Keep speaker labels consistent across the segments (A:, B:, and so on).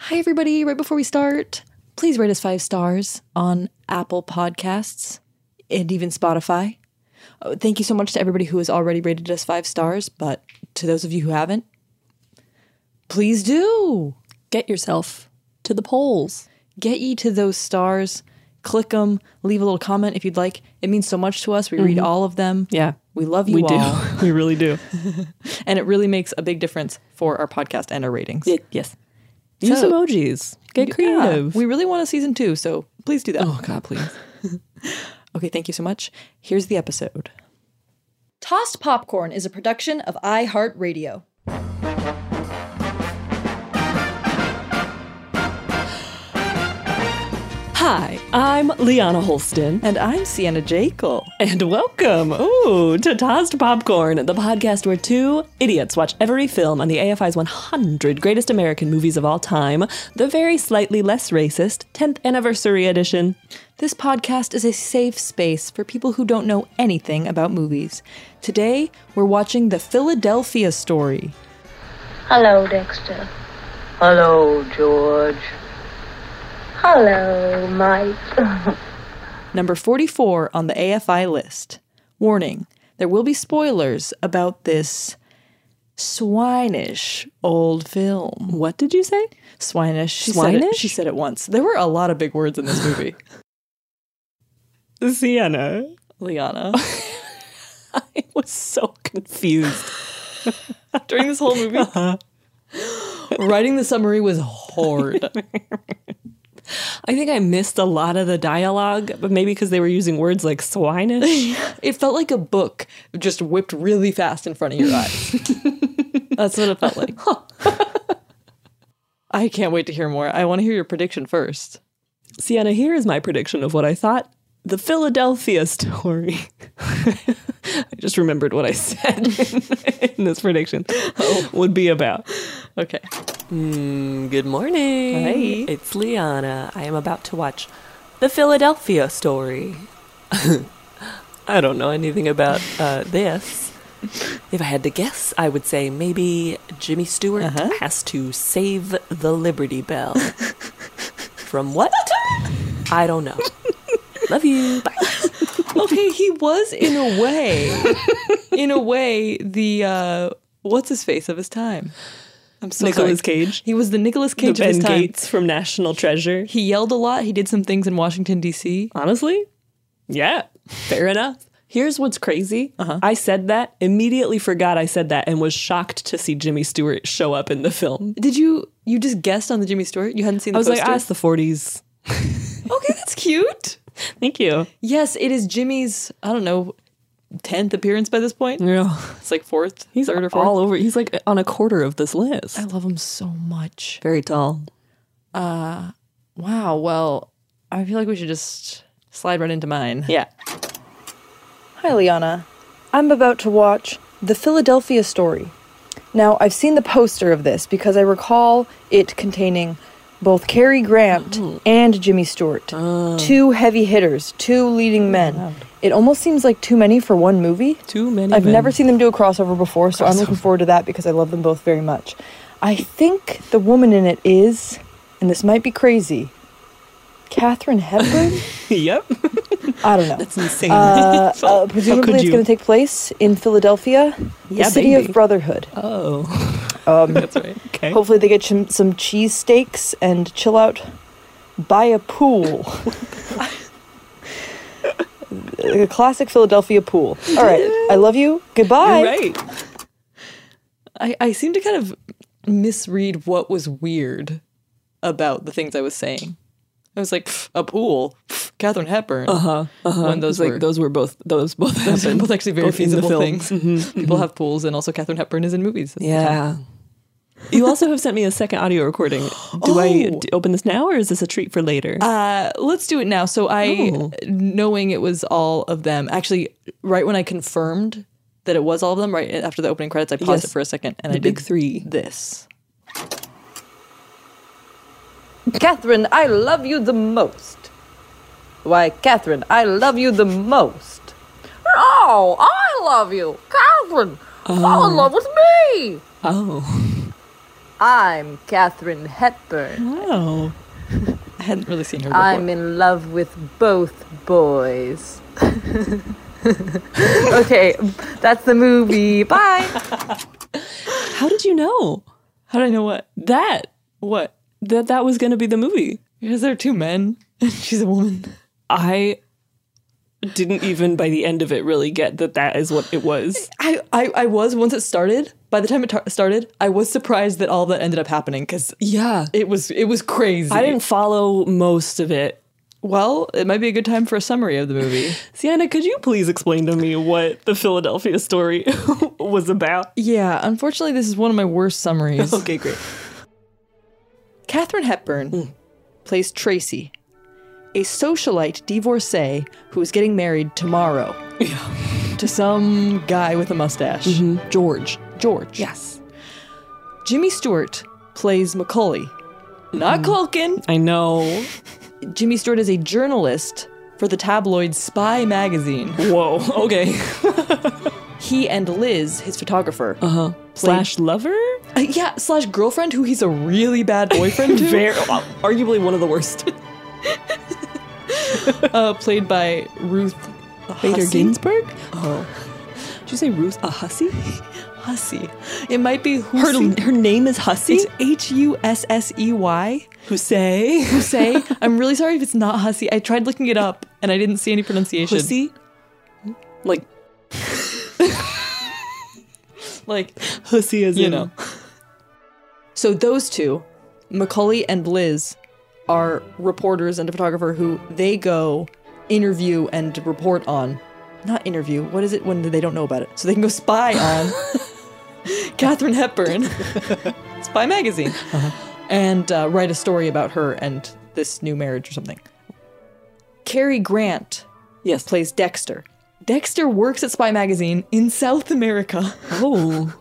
A: Hi, everybody. Right before we start, please rate us five stars on Apple Podcasts and even Spotify. Oh, thank you so much to everybody who has already rated us five stars, but to those of you who haven't, please do.
B: Get yourself to the polls.
A: Get ye to those stars click them, leave a little comment if you'd like. It means so much to us. We mm-hmm. read all of them.
B: Yeah.
A: We love you
B: we
A: all.
B: do. we really do.
A: and it really makes a big difference for our podcast and our ratings.
B: It, yes. Use so, emojis. Get creative.
A: Yeah, we really want a season two, so please do that.
B: Oh, God, please.
A: okay, thank you so much. Here's the episode
C: Tossed Popcorn is a production of iHeartRadio.
B: Hi, I'm Liana Holston.
A: And I'm Sienna Jekyll.
B: And welcome, ooh, to Tossed Popcorn, the podcast where two idiots watch every film on the AFI's 100 Greatest American Movies of All Time, the very slightly less racist 10th Anniversary Edition.
A: This podcast is a safe space for people who don't know anything about movies. Today, we're watching The Philadelphia Story.
D: Hello, Dexter. Hello, George. Hello, Mike.
A: Number 44 on the AFI list. Warning there will be spoilers about this swinish old film.
B: What did you say?
A: Swinish. She
B: swinish?
A: Said it, she said it once. There were a lot of big words in this movie.
B: Sienna.
A: Liana.
B: I was so confused
A: during this whole movie. Uh-huh. Writing the summary was hard.
B: I think I missed a lot of the dialogue, but maybe because they were using words like swinish.
A: it felt like a book just whipped really fast in front of your eyes. That's what it felt like. I can't wait to hear more. I want to hear your prediction first.
B: Sienna, here is my prediction of what I thought the Philadelphia story. I just remembered what I said in, in this prediction oh. would be about.
A: Okay.
B: Mm, good morning.
A: Hi.
B: It's Liana. I am about to watch The Philadelphia Story. I don't know anything about uh, this. If I had to guess, I would say maybe Jimmy Stewart uh-huh. has to save the Liberty Bell. From what? I don't know. Love you. Bye.
A: okay, he was in a way, in a way, the uh, what's his face of his time.
B: I'm so Nicolas
A: sorry.
B: Cage.
A: He was the Nicolas Cage
B: the ben
A: of his time.
B: Gates from National Treasure.
A: He yelled a lot. He did some things in Washington D.C.
B: Honestly, yeah, fair enough. Here's what's crazy. I said that, immediately forgot I said that, and was shocked to see Jimmy Stewart show up in the film.
A: Did you you just guessed on the Jimmy Stewart? You hadn't seen the
B: I was like,
A: poster?
B: ah, it's the 40s.
A: okay, that's cute.
B: Thank you.
A: Yes, it is Jimmy's, I don't know, 10th appearance by this point.
B: Yeah.
A: It's like fourth,
B: He's
A: third or fourth.
B: all over. He's like on a quarter of this list.
A: I love him so much.
B: Very tall.
A: Wow. Well, I feel like we should just slide right into mine.
B: Yeah.
E: Hi, Liana. I'm about to watch The Philadelphia Story. Now, I've seen the poster of this because I recall it containing both Cary Grant
A: Mm. Mm-hmm.
E: and Jimmy Stewart, two heavy hitters, two leading men. It almost seems like too many for one movie.
B: Too many
E: I've
B: men.
E: never seen them do a crossover before, so I'm looking forward to that because I love them both very much. I think the woman in it is, and this might be crazy, Katherine Hepburn?
B: yep.
E: I don't know.
B: Insane.
E: Uh,
B: So,
E: uh,
B: how could
E: presumably, it's
B: you?
E: going to take place in Philadelphia,
B: Yeah,
E: the city
B: baby.
E: of brotherhood.
B: Oh.
A: Um,
B: That's right. Okay.
E: Hopefully, they get some, some cheese steaks and chill out by a pool. a classic Philadelphia pool. All right, I love you. Goodbye.
B: You're right.
A: I, I seem to kind of misread what was weird about the things I was saying. I was like, "Pff, a pool, pff, Catherine Hepburn.
B: Uh-huh.
A: Uh huh. When those
B: It's like
A: were.
B: those were both those both
A: those are
B: happened.
A: both actually very
B: both in the
A: feasible
B: film. Mm-hmm,
A: things. People have pools, and also Catherine Hepburn is in movies. That's the time.
B: Yeah. you also have sent me a second audio recording. Do I
A: Oh.
B: d- open this now or is this a treat for later?
A: Uh, let's do it now. So I,
B: Oh.
A: knowing it was all of them, actually, right when I confirmed that it was all of them, right after the opening credits, I paused
B: Yes.
A: it for a second and
B: The
A: I
B: big
A: did
B: three.
A: This.
F: Catherine, I love you the most. Why, Catherine, I love you the most. No, I love you. Catherine, fall
A: Oh.
F: in love with me.
B: oh.
F: I'm Catherine Hepburn.
A: Oh. I
B: Wow.
A: hadn't really seen her before.
F: I'm in love with both boys. okay, that's the movie. Bye.
B: How did you know?
A: How do I know what?
B: That
A: What?
B: that that was going to be the movie.
A: Because there are two men and she's a woman.
B: I didn't even by the end of it really get that that is what it was.
A: I, I, I was, once it started, by the time it tar- started, I was surprised that all that ended up happening because
B: Yeah.
A: it was it was crazy.
B: I didn't follow most of it.
A: Well, it might be a good time for a summary of the movie.
B: Sienna, could you please explain to me what the Philadelphia story was about?
A: yeah, unfortunately, this is one of my worst summaries.
B: Okay, great.
A: Katherine Hepburn
B: Hmm.
A: plays Tracy, a socialite divorcee who is getting married tomorrow to some guy with a mustache.
B: Mm-hmm.
A: George. George.
B: Yes.
A: Jimmy Stewart plays Macaulay,
B: Mm.
A: not Culkin.
B: I know.
A: Jimmy Stewart is a journalist for the tabloid Spy magazine.
B: Whoa. Okay.
A: He and Liz, his photographer,
B: Uh-huh. Slash lover?
A: uh, yeah, slash girlfriend, who he's a really bad boyfriend to,
B: Very, well, arguably one of the worst.
A: uh, played by Ruth
B: Bader
A: Hussey?
B: Ginsburg? Oh. Did you say Ruth a hussy?
A: Hussey. It might be Hussey.
B: Her, her name is Hussy?
A: It's H U S S E Y.
B: Hussey.
A: Say, I'm really sorry if it's not Hussey. I tried looking it up and I didn't see any pronunciation.
B: Hussy? Like,
A: Like,
B: hussy as
A: you
B: in-
A: know. So those two, Macaulay and Liz, are reporters and a photographer who they go interview and report on. Not interview. What is it when they don't know about it? So they can go spy on Catherine Hepburn, Spy Magazine, and uh, write a story about her and this new marriage or something. Cary Grant
B: Yes.
A: plays Dexter. Dexter works at Spy Magazine in South America.
B: Oh.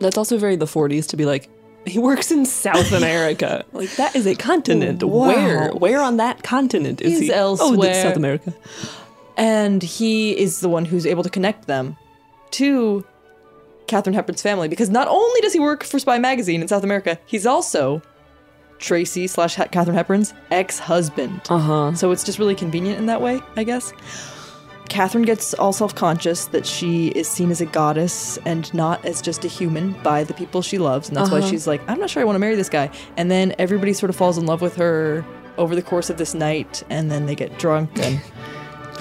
B: That's also very the 40s to be like, he works in South America. like, that is a continent.
A: Wow.
B: Where? Where on that continent is
A: He's
B: he? Oh,
A: elsewhere.
B: that's South America.
A: And he is the one who's able to connect them to Catherine Hepburn's family because not only does he work for Spy Magazine in South America, he's also Tracy slash Ha- Catherine Hepburn's ex husband. Uh huh. So it's just really convenient in that way, I guess. Catherine gets all self conscious that she is seen as a goddess and not as just a human by the people she loves. And that's why she's like, I'm not sure I want to marry this guy. And then everybody sort of falls in love with her over the course of this night. And then they get drunk and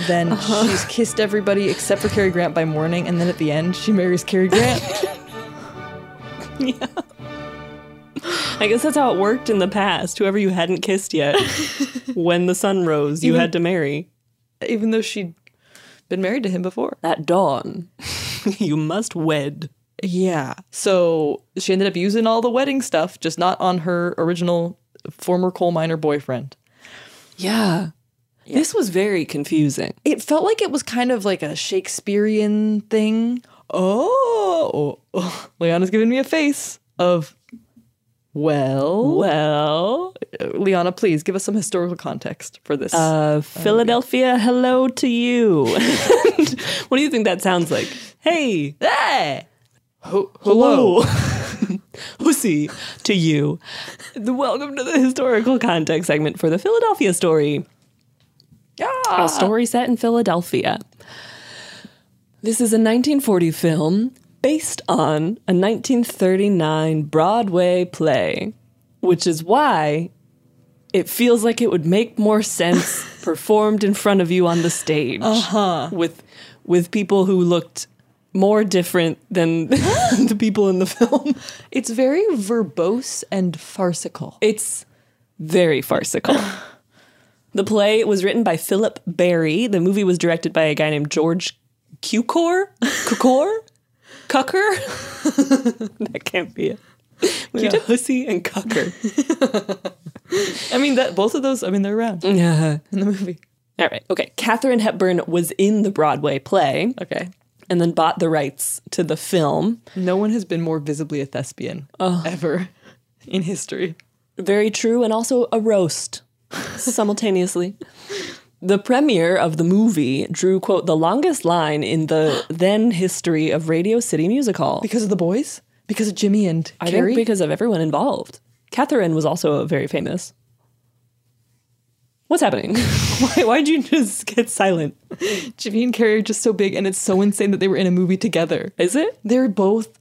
A: Then she's kissed everybody except for Cary Grant by morning, and then at the end she marries Cary Grant.
B: I guess that's how it worked in the past. Whoever you hadn't kissed yet, when the sun rose, you
A: Even-
B: had to marry.
A: Even though she'd been married to him before.
B: At dawn, you must wed.
A: Yeah. So she ended up using all the wedding stuff, just not on her original former coal miner boyfriend.
B: Yeah. This was very confusing.
A: It felt like it was kind of like a Shakespearean thing. Oh, Liana's giving me a face of, well,
B: Well,
A: Liana, please give us some historical context for this.
B: uh, Philadelphia, hello to you. what do you think that sounds like? Hey,
A: hey, Ho-
B: hello. Pussy to you. The welcome to the historical context segment for the Philadelphia story. A story set in Philadelphia. This is a 1940 film based on a 1939 Broadway play, which is why it feels like it would make more sense performed in front of you on the stage
A: Uh-huh.
B: with with people who looked more different than the people in the film.
A: It's very verbose and farcical.
B: It's very farcical. the play was written by Philip Barry. The movie was directed by a guy named George Cukor? Cukor? Cucker? that can't be it. We got Hussy and Cucker.
A: I mean, that both of those. I mean, they're around
B: Yeah.
A: in the movie.
B: All right. Okay. Katherine Hepburn was in the Broadway play
A: Okay.
B: and then bought the rights to the film.
A: No one has been more visibly a thespian ever in history.
B: Very true, and also a roast simultaneously. The premiere of the movie drew, quote, the longest line in the then history of Radio City Music Hall.
A: Because of the boys? Because of Jimmy and
B: I
A: Carrie?
B: think because of everyone involved. Catherine was also very famous. What's happening? Why, why'd you just get silent?
A: Jimmy and Carrie are just so big and it's so insane that they were in a movie together.
B: Is it?
A: They're both.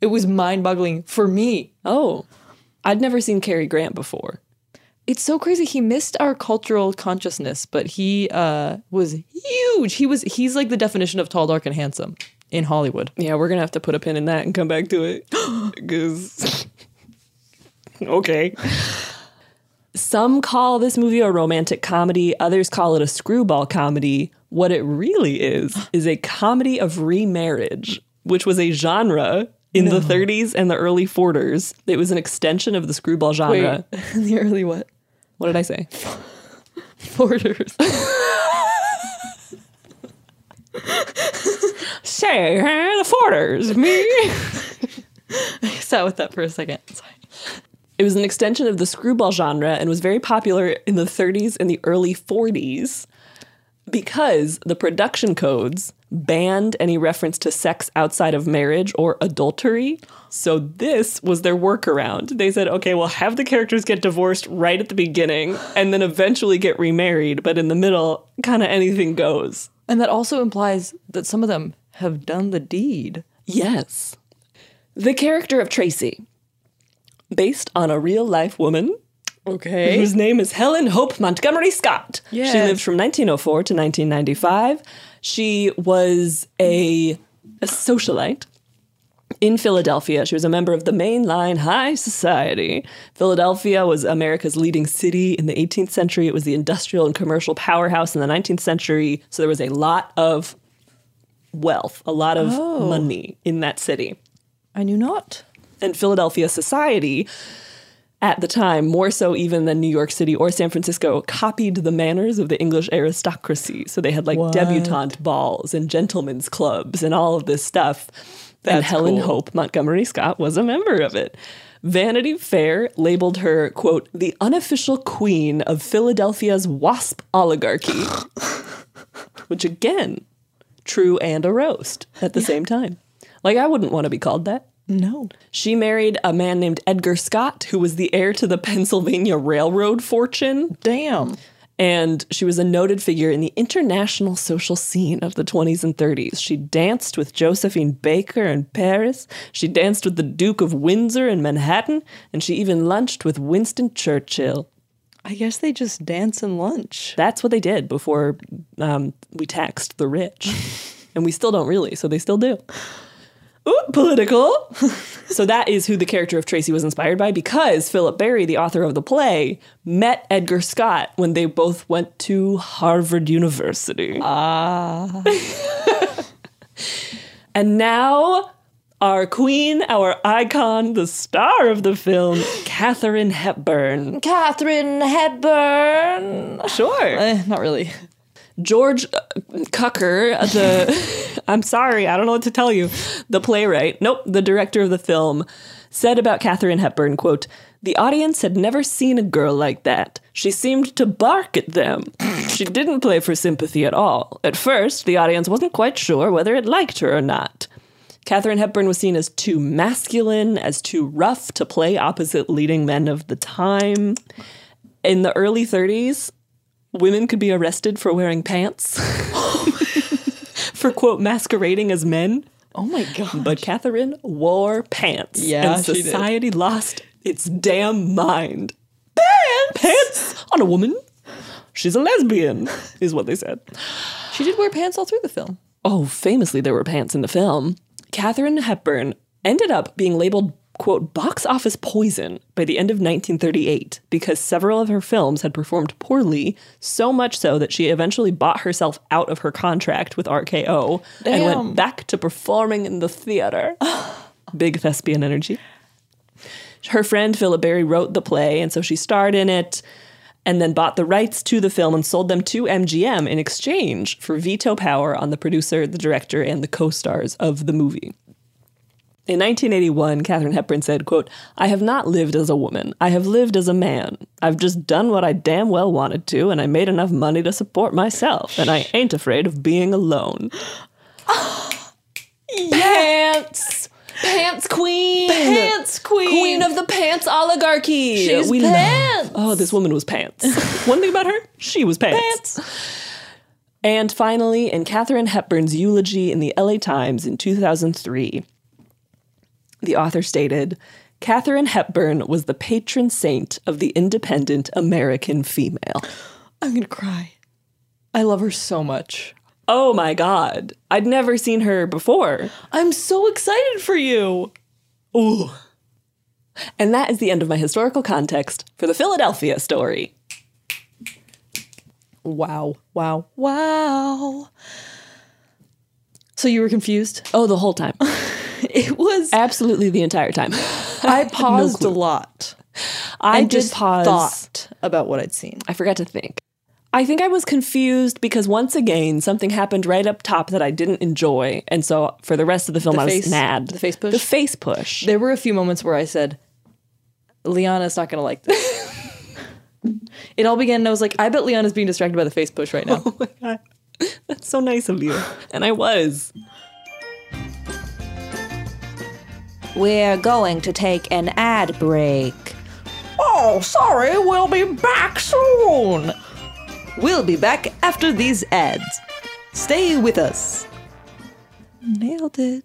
A: It was mind boggling for me.
B: Oh, I'd never seen Cary Grant before.
A: It's so crazy. He missed our cultural consciousness, but he uh, was huge. He was he's like the definition of tall, dark, and handsome in Hollywood.
B: Yeah, we're gonna have to put a pin in that and come back to it. Because. okay. Some call this movie a romantic comedy, others call it a screwball comedy. What it really is, is a comedy of remarriage, which was a genre in the 30s and the early 40s. It was an extension of the screwball genre.
A: in the early what?
B: What did I say?
A: Borders.
B: Say, the 40s, me.
A: Sat with that for a second. Sorry.
B: It was an extension of the screwball genre and was very popular in the 30s and the early 40s because the production codes banned any reference to sex outside of marriage or adultery. So this was their workaround. They said, okay, we'll have the characters get divorced right at the beginning and then eventually get remarried, but in the middle, kind of anything goes.
A: And that also implies that some of them have done the deed.
B: Yes. The character of Tracy, based on a real life woman
A: Okay.
B: whose name is Helen Hope Montgomery Scott.
A: Yes.
B: She lived from 1904 to 1995. She was a, a socialite in Philadelphia. She was a member of the mainline high society. Philadelphia was America's leading city in the 18th century. It was the industrial and commercial powerhouse in the 19th century. So there was a lot of wealth, a lot of
A: Oh.
B: money in that city
A: I knew not.
B: and Philadelphia society at the time, more so even than New York City or San Francisco, copied the manners of the English aristocracy. So they had like debutante balls and gentlemen's clubs and all of this stuff. and Helen Hope Montgomery Scott was a member of it. Vanity Fair labeled her, quote, the unofficial queen of Philadelphia's WASP oligarchy, which again, true and a roast at the same time. Like, I wouldn't want to be called that.
A: No.
B: She married a man named Edgar Scott, who was the heir to the Pennsylvania Railroad fortune.
A: Damn.
B: And she was a noted figure in the international social scene of the 20s and 30s. She danced with Josephine Baker in Paris. She danced with the Duke of Windsor in Manhattan. And she even lunched with Winston Churchill.
G: I guess they just dance and lunch.
B: That's what they did before um, we taxed the rich. and we still don't really, so they still do. Ooh, political. so that is who the character of Tracy was inspired by because Philip Barry, the author of the play, met Edgar Scott when they both went to Harvard University. Ah. and now our queen, our icon, the star of the film, Katherine Hepburn.
G: Catherine Hepburn. Eh,
B: Sure.
G: not really.
B: George uh, Cucker, the I'm sorry, I don't know what to tell you. The playwright, nope, the director of the film, said about Katherine Hepburn, quote, "The audience had never seen a girl like that. She seemed to bark at them. she didn't play for sympathy at all. At first, the audience wasn't quite sure whether it liked her or not." Katherine Hepburn was seen as too masculine, as too rough to play opposite leading men of the time. In the early 30s, women could be arrested for wearing pants, for quote, masquerading as men.
G: Oh my god.
B: But Catherine wore pants.
G: Yeah,
B: And
G: she did.
B: society lost its damn mind. Pants! Pants on a woman. She's a lesbian, is what they said.
G: She did wear pants all through the film.
B: Oh, famously, there were pants in the film. Katherine Hepburn ended up being labeled, quote, box office poison by the end of 1938 because several of her films had performed poorly, so much so that she eventually bought herself out of her contract with RKO and
G: Damn.
B: went back to performing in the theater. Big thespian energy. Her friend Philip Barry wrote the play, and so she starred in it and then bought the rights to the film and sold them to MGM in exchange for veto power on the producer, the director, and the co-stars of the movie. In 1981, Katherine Hepburn said, quote, I have not lived as a woman. I have lived as a man. I've just done what I damn well wanted to, and I made enough money to support myself, and I ain't afraid of being alone. Pants! Pants queen!
G: Pants queen.
B: Queen of the pants oligarchy.
G: She's
B: love-
G: pants.
B: Oh, this woman was pants. One thing about her, she was pants. And finally, in Katherine Hepburn's eulogy in the LA Times in 2003, the author stated Katherine Hepburn was the patron saint of the independent American female.
G: I'm gonna cry. I love her so much.
B: Oh my God. I'd never seen her before.
G: I'm so excited for you.
B: Ooh. And that is the end of my historical context for the Philadelphia story.
G: Wow. Wow. Wow. So you were confused?
B: Oh, the whole time.
G: It was
B: Absolutely the entire time.
G: I paused
B: clue.
G: a lot.
B: I
G: and
B: did
G: just
B: pause.
G: thought about what I'd seen.
B: I forgot to think. I think I was confused because once again something happened right up top that I didn't enjoy, and so for the rest of the film
G: The
B: I was
G: face-
B: mad.
G: the face push?
B: The face push.
G: There were a few moments where I said, Liana's not going to like this. it all began, and I was like, I bet Liana's being distracted by the face push right now.
B: That's so nice of you. And I was.
A: We're going to take an ad break.
D: Oh, sorry, we'll be back soon.
A: We'll be back after these ads. Stay with us.
G: Nailed it.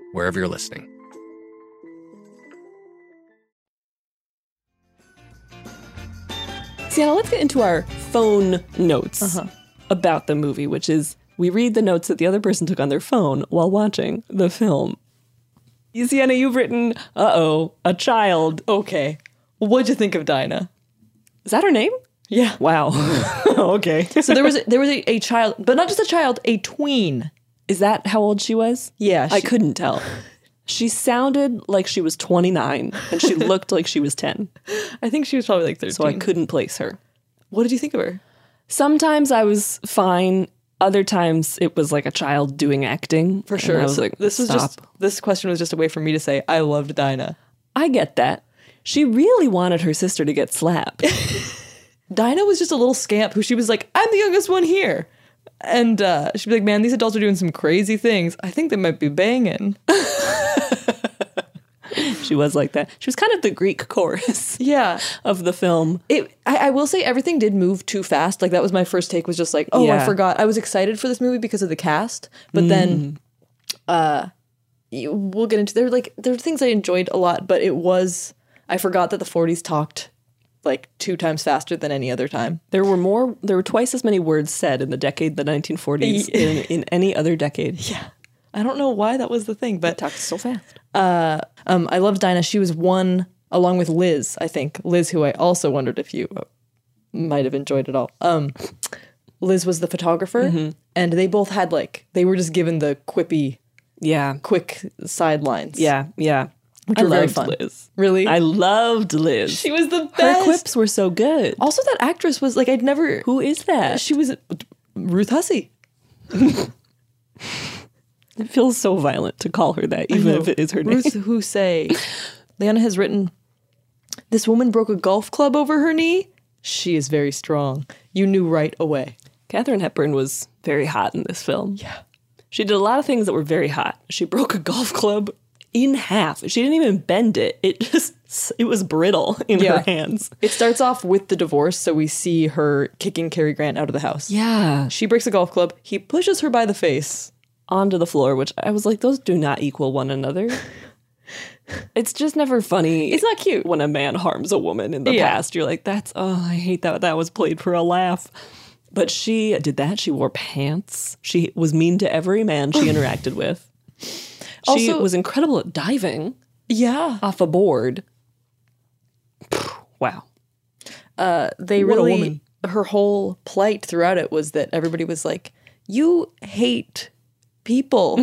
H: wherever you're listening.
B: Sienna, let's get into our phone notes
I: Uh-huh.
B: about the movie, which is we read the notes that the other person took on their phone while watching the film. You- Sienna, you've written, uh oh, a child. Okay. What'd you think of Dinah? Is that her name? Yeah. Wow. okay.
G: So there was a-
B: there was a, a child, but not just a child, a tween. Is that how old she was? Yeah. I
G: she-
B: couldn't tell. She sounded like she was 29 and she looked like she was 10. I think she was probably like 13. So I couldn't place her. What did you think of her? Sometimes I was fine. Other times it was like a child doing acting.
A: For sure.
B: And I was
A: So
B: like,
A: this was
B: Stop.
A: just this question was just a way for me to say I loved Dinah.
B: I get that. She really wanted her sister to get slapped.
A: Dinah was just a little scamp who she was like, I'm the youngest one here. And uh, she'd be like, man, these adults are doing some crazy things. I think they might be banging.
B: she was like that. She was kind of the Greek chorus.
A: Yeah.
B: Of the film.
A: It, I, I will say everything did move too fast. Like that was my first take was just like, oh, I
B: Yeah.
A: forgot. I was excited for this movie because of the cast, but then, uh, you- we'll get into there. were, Like there were things I enjoyed a lot, but it was I forgot that the '40s talked like two times faster than any other time.
B: There were more. There were twice as many words said in the decade, the 1940s,
A: Yeah.
B: in, in any other decade.
A: Yeah. I don't know why that was the thing, but
B: talked so fast.
A: Uh, um, I loved Dinah. She was one along with Liz. I think Liz, who I also wondered if you uh, might have enjoyed at all. Um, Liz was the photographer,
B: Mhm.
A: and they both had like they were just given the quippy,
B: yeah,
A: quick sidelines.
B: Yeah, yeah.
A: Which
B: I
A: were very
B: loved
A: fun.
B: Liz.
A: Really,
B: I loved Liz.
A: She was the best.
B: Her quips were so good.
A: Also, that actress was like I'd never.
B: Who is that?
A: She was Ruth Hussey.
B: It feels so violent to call her that,
A: I
B: even
A: know.
B: if it is her
A: Ruth
B: name.
A: Hussey. Leanna has written, "This woman broke a golf club over her knee. She is very strong. You knew right away."
B: Katherine Hepburn was very hot in this film. Yeah. She did a lot of things that were very hot. She broke a golf club in half. She didn't even bend it. It just it was brittle in her hands.
A: It starts off with the divorce, so we see her kicking Cary Grant out of the house.
B: Yeah.
A: She breaks a golf club. He pushes her by the face
B: onto the floor, which I was like, those do not equal one another. it's just never funny. It's
A: not cute
B: when a man harms a woman in the
A: Yeah.
B: past. You're like, that's oh, I hate that that was played for a laugh. But she did that. She wore pants. She was mean to every man she interacted with. she
A: Also-
B: was incredible at diving.
A: Yeah.
B: Off a board. Wow.
A: Uh, they
B: What a
A: really,
B: woman.
A: her whole plight throughout it was that everybody was like, "You hate people.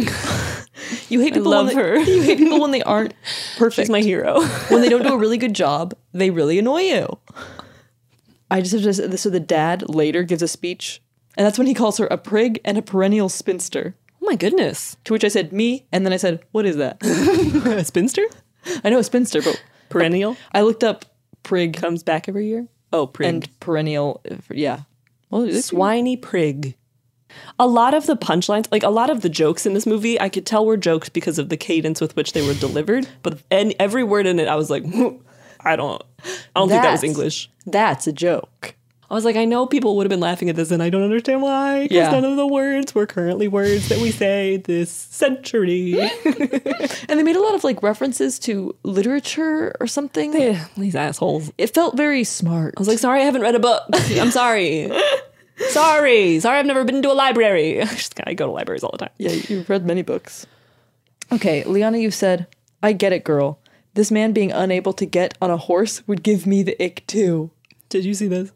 A: you hate
B: I
A: people.
B: love
A: when they,
B: her.
A: you hate people when they aren't perfect. She's my
B: hero.
A: when they don't do a really good job, they really annoy you." I just have to. say- So the dad later gives a speech, and that's when he calls her a prig and a perennial spinster.
B: Oh my goodness!
A: To which I said, "Me," and then I said, "What is that?
B: a spinster?
A: I know a spinster, but
B: perennial.
A: I looked up prig
B: comes back every year. Oh, prig
A: and perennial. Yeah,
B: Swiney prig. A lot of the punchlines, like a lot of the jokes in this movie, I could tell were jokes because of the cadence with which they were delivered. But and every word in it, I was like, I don't, I don't think that was
A: That's-
B: English.
A: That's a joke.
B: I was like, I know people would have been laughing at this, and I don't understand why. Because
A: Yeah.
B: none of the words were currently words that we say this century.
A: and they made a lot of like references to literature or something.
B: Eh, these assholes.
A: It felt very smart.
B: I was like, sorry, I haven't read a book. I'm sorry. sorry. Sorry, I've never been to a library. I just gotta go to libraries all the time.
A: Yeah, you've read many books. Okay, Liana, you've said, I get it, girl. This man being unable to get on a horse would give me the ick too.
B: Did you see this?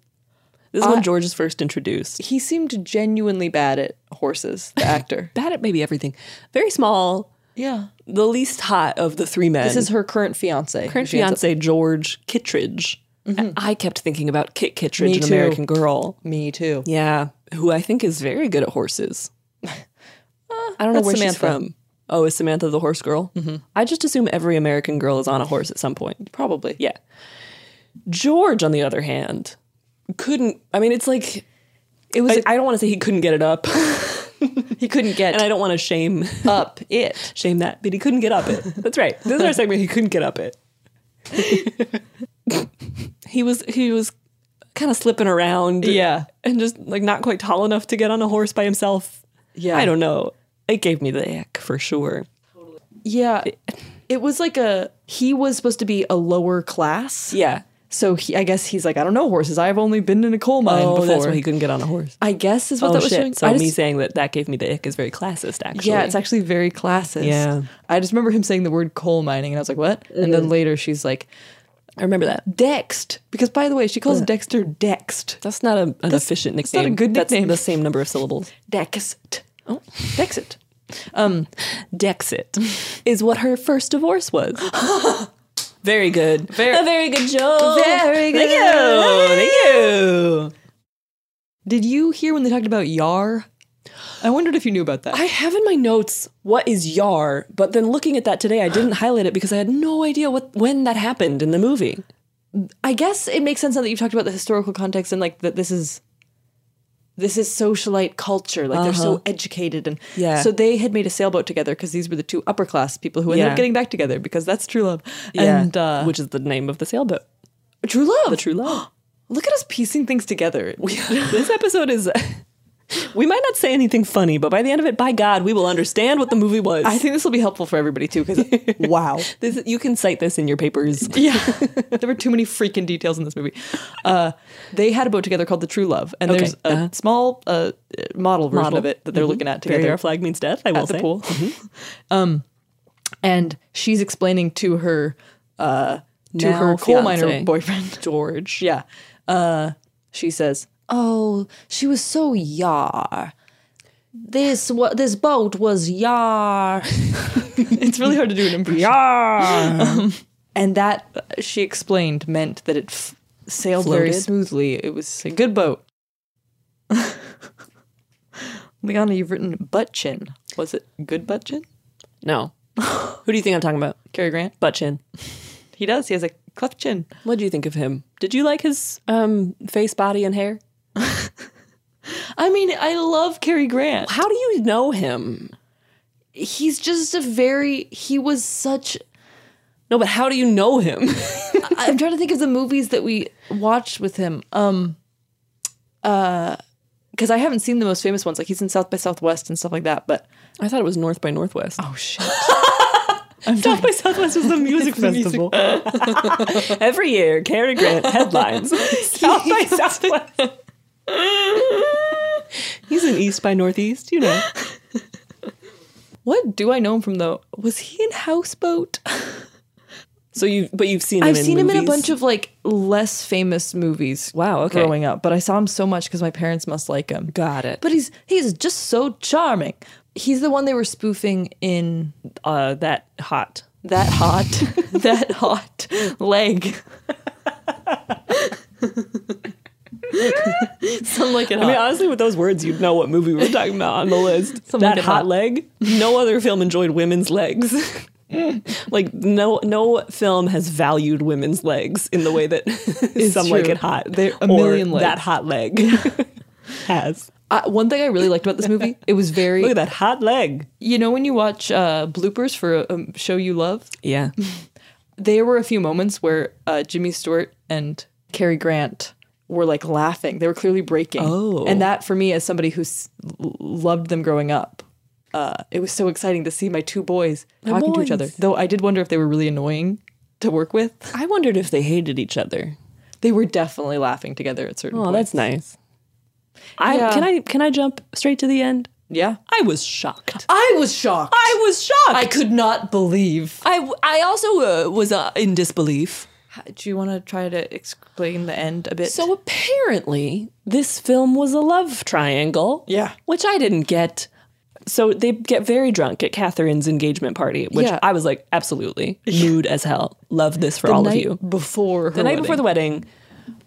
B: This is
A: I-
B: when George is first introduced.
A: He seemed genuinely bad at horses, the actor.
B: bad at maybe everything. Very small.
A: Yeah.
B: The least hot of the three men.
A: This is her current fiance.
B: current
A: She ends up-
B: fiance, George Kittredge. And I kept thinking about Kit Kittredge,
A: Me
B: an
A: too.
B: American girl.
A: Me too.
B: Yeah, who I think is very good at horses. I don't know
A: Uh, that's
B: where she's
A: Samantha. Mm-hmm.
B: from. Oh, is Samantha the horse girl? I just assume every American girl is on a horse at some point.
A: Probably.
B: Yeah. George, on the other hand, couldn't. I mean, it's like it was. I I don't want to say he couldn't get it up.
A: he couldn't get,
B: and I don't want to shame
A: up it.
B: Shame that, but he couldn't get up it. That's right. This is our segment. He couldn't get up it. he was he was kind of slipping around.
A: Yeah.
B: and just like not quite tall enough to get on a horse by himself.
A: Yeah.
B: I don't know. It gave me the ick for sure.
A: Yeah. It was like a he was supposed to be a lower class.
B: Yeah.
A: So he, I guess he's like, I don't know horses. I've only been in a coal mine
B: oh,
A: before.
B: that's why he couldn't get on a horse.
A: I guess is what
B: oh
A: that was
B: shit!
A: showing.
B: So
A: I
B: me
A: just-
B: saying that that gave me the ick is very classist. Actually,
A: Yeah, it's actually very classist.
B: Yeah.
A: I just remember him saying the word coal mining and I was like, what? And then later she's like,
B: I remember that.
A: Dext. Because by the way, she calls
B: Ugh.
A: Dexter Dext.
B: That's not a, an efficient nickname.
A: that's not a good nickname.
B: That's the same number of syllables.
A: Dext. Oh, Dexit.
B: Um, Dexit is what her first divorce was. very good. Very, a very good joke.
A: Very
B: Thank
A: good.
B: you. Thank you.
A: Did you hear when they talked about Yar? I wondered if you knew about that.
B: I have in my notes what is Yar, but then looking at that today, I didn't highlight it because I had no idea what when that happened in the movie.
A: I guess it makes sense now that you've talked about the historical context and like that this is this is socialite culture. Like they're
B: Uh-huh.
A: so educated and
B: Yeah.
A: So they had made a sailboat together because these were the two upper class people who ended
B: Yeah.
A: up getting back together because that's true love. And uh,
B: which is the name of the sailboat.
A: true love.
B: The true love.
A: Look at us piecing things together.
B: this episode is. We might not say anything funny, but by the end of it, by God, we will understand what the movie was.
A: I think this will be helpful for everybody too because wow.
B: this, you can cite this in your papers.
A: Yeah. there were too many freaking details in this movie. Uh, they had a boat together called the True Love, and
B: Okay,
A: there's a
B: uh-huh.
A: small uh, model version
B: Model.
A: of it that they're
B: Mhm.
A: looking at
B: Bury
A: together.
B: our flag means death, I will
A: at the
B: say. Mm-hmm.
A: pool. um, and she's explaining to her uh, to
B: Now
A: her coal miner
B: fiance.
A: boyfriend
B: George.
A: Yeah, uh, she says, "Oh, she was so yar." This wa- this boat was yar. it's really hard to do an impression. Yar. Um, and that uh, she explained meant that it f- sailed very
B: Floated?
A: smoothly. It was a good boat. Liana, you've written butt chin. Was it good butt chin?
B: No. Who do you think I'm talking about?
A: Cary Grant.
B: Butt chin.
A: He does. He has a cleft chin.
B: What do you think of him? Did you like his um, face, body, and hair?
A: I mean, I love Cary Grant.
B: How do you know him?
A: He's just a very. He was such.
B: No, but how do you know him?
A: I- I'm trying to think of the movies that we watched with him. Um, uh, because I haven't seen the most famous ones. Like he's in South by Southwest and stuff like that. But
B: I thought it was North by Northwest.
A: oh shit,
B: South by Southwest was the music festival. Every year, Cary Grant headlines South by Southwest. He's in East by Northeast, you know.
A: what do I know him from though? Was he in Houseboat?
B: So you, but you've seen him.
A: I've
B: in
A: seen him in a
B: movies?
A: bunch of like less famous movies.
B: Wow, okay.
A: Growing up, but I saw him so much because my parents must like him.
B: Got it.
A: But he's he's just so charming. He's the one they were spoofing in
B: uh, that hot.
A: that hot that hot leg. Some like it
B: I mean,
A: hot.
B: honestly, with those words, you'd know what movie we're talking about on the list.
A: Someone
B: that
A: get
B: hot
A: hot.
B: leg. No other film enjoyed women's legs. like no, no film has valued women's legs in the way that some like
A: true.
B: it hot.
A: They're a
B: or
A: million legs.
B: That hot leg has.
A: Uh, one thing I really liked about this movie, it was very
B: Look at that hot leg.
A: You know when you watch uh, bloopers for a, a show you love,
B: Yeah.
A: there were a few moments where uh, Jimmy Stewart and Cary Grant
G: were like laughing. They were clearly breaking.
B: Oh.
G: And that for me, as somebody who s- l- loved them growing up, uh, it was so exciting to see my two boys
B: My
G: talking to each other.
B: boys.
G: Though I did wonder if they were really annoying to work with.
B: I wondered if they hated each other.
G: They were definitely laughing together at certain
B: Oh,
G: points.
B: that's nice. I
G: Yeah.
B: can I can I jump straight to the end?
G: Yeah.
B: I was shocked.
G: I was shocked.
B: I was shocked. I
G: could not believe.
B: I I also uh, was uh, in disbelief.
G: Do you want to try to explain the end a bit?
B: So apparently, this film was a love triangle.
G: Yeah.
B: Which I didn't get. So they get very drunk at Catherine's engagement party, which
G: Yeah.
B: I was like, absolutely. Mood as hell. Love this for
G: the
B: all
G: night
B: of you.
G: before
B: The night before the wedding,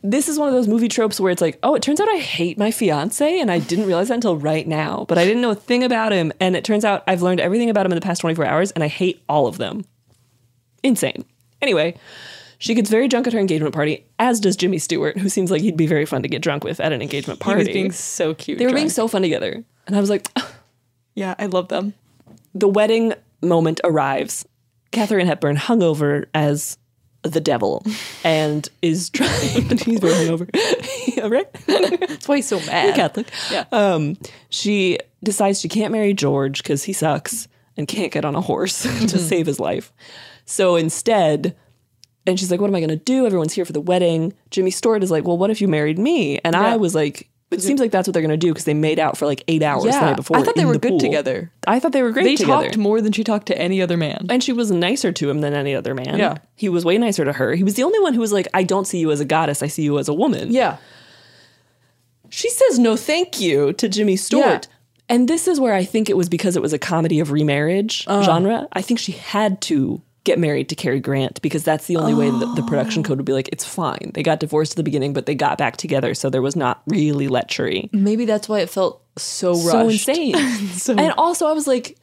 B: this is one of those movie tropes where it's like, oh, it turns out I hate my fiance, and I didn't realize that until right now. But I didn't know a thing about him, and it turns out I've learned everything about him in the past 24 hours, and I hate all of them. Insane. Anyway, she gets very drunk at her engagement party, as does Jimmy Stewart, who seems like he'd be very fun to get drunk with at an engagement
G: He was
B: party.
G: being so cute
B: They were being
G: drunk.
B: so fun together, and I was like,
G: yeah, I love them.
B: the wedding moment arrives. Katharine Hepburn, hungover as the devil, and is trying. She's very hungover. Yeah, right? That's
G: why he's so mad.
B: You're Catholic.
G: Yeah.
B: Um, she decides she can't marry George because he sucks and can't get on a horse
G: Mm-hmm.
B: to save his life. So instead, and she's like, "What am I going to do? Everyone's here for the wedding." Jimmy Stewart is like, "Well, what if you married me?" And
G: Yeah.
B: I was like. It seems like that's what they're going to do because they made out for like eight hours the
G: Yeah.
B: night before.
G: I thought they
B: in
G: were
B: the
G: good
B: pool.
G: together.
B: I thought they were great
G: They
B: together.
G: talked more than she talked to any other man.
B: And she was nicer to him than any other man.
G: Yeah.
B: He was way nicer to her. He was the only one who was like, I don't see you as a goddess, I see you as a woman.
G: Yeah.
B: She says no thank you to Jimmy Stewart. And this is where I think it was because it was a comedy of remarriage
G: Uh.
B: genre. I think she had to get married to Cary Grant because that's the only way that the production code would be like, it's fine. They got divorced at the beginning, but they got back together, so there was not really lechery.
G: Maybe that's why it felt so rushed.
B: So insane. and also, I was like,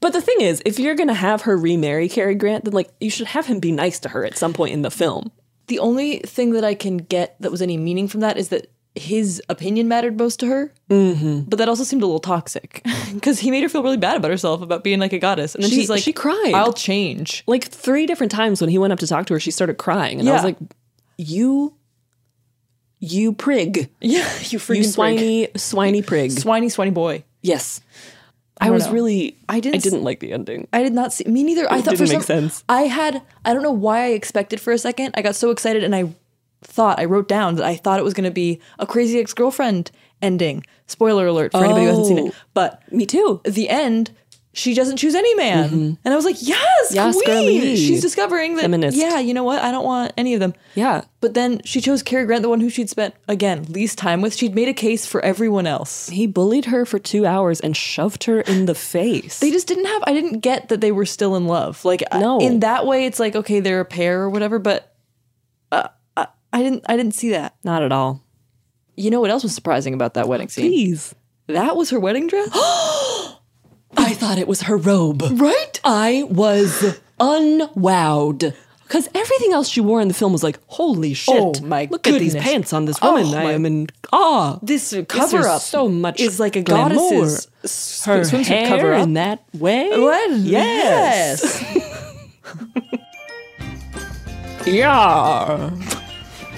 B: but the thing is, if you're going to have her remarry Cary Grant, then like you should have him be nice to her at some point in the film.
A: The only thing that I can get that was any meaning from that is that his opinion mattered most to her.
B: Mm-hmm.
A: But that also seemed a little toxic because he made her feel really bad about herself about being like a goddess. And then she's like,
B: she cried.
A: I'll change.
B: Like three different times when he went up to talk to her, she started crying, and I was
A: Yeah.
B: like, "You, you prig,
A: Yeah, you freaking
B: you swiny, swiny prig,
A: swiny, swiny boy."
B: Yes, I,
A: don't
B: was
A: know.
B: really,
A: I
B: I
A: didn't
B: didn't, I
A: s-
B: didn't like the ending.
A: I did not see. Me neither. I
B: It
A: thought for
B: didn't make
A: some-
B: sense.
A: I had. I don't know why I expected for a second. I got so excited and I thought I wrote down that I thought it was going to be a crazy ex girlfriend ending. Spoiler alert for anybody who hasn't seen it.
B: Oh.
A: But
B: me too.
A: The end. She doesn't choose any man, and I was like, "Yes,
B: Mm-hmm. Yes,
A: queen!"
B: girlie.
A: She's discovering that.
B: Feminist.
A: Yeah, you know what? I don't want any of them.
B: Yeah,
A: But then she chose Cary Grant, the one who she'd spent again least time with. She'd made a case for everyone else.
B: he bullied her for two hours and shoved her in the face.
A: they just didn't have i didn't get that they were still in love like I-
B: No.
A: in that way it's like okay they're a pair or whatever but uh, I, I didn't i didn't see that
B: Not at all.
A: you know what else was surprising about that wedding scene
B: Please.
A: that was her wedding dress
B: I thought it was her robe.
A: Right?
B: I was unwowed. Because everything else she wore in the film was like, holy shit.
A: Oh, my
B: Look at these
A: goodness.
B: pants on this woman.
A: Oh,
B: I
A: my-
B: am in awe.
A: this
B: This
A: cover
B: is
A: up
B: so much
A: is like a
B: glamour.
A: goddess's s-
B: Her
A: swimsuit
B: hair
A: cover up.
B: in that way?
A: What?
B: Yes. yeah.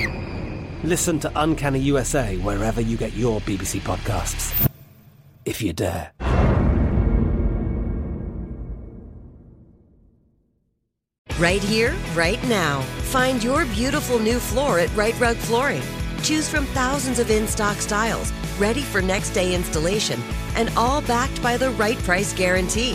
J: screamed.
K: Listen to Uncanny USA wherever you get your BBC podcasts, if you dare.
L: Right here, right now. Find your beautiful new floor at Right Rug Flooring. Choose from thousands of in stock styles, ready for next day installation, and all backed by the right price guarantee.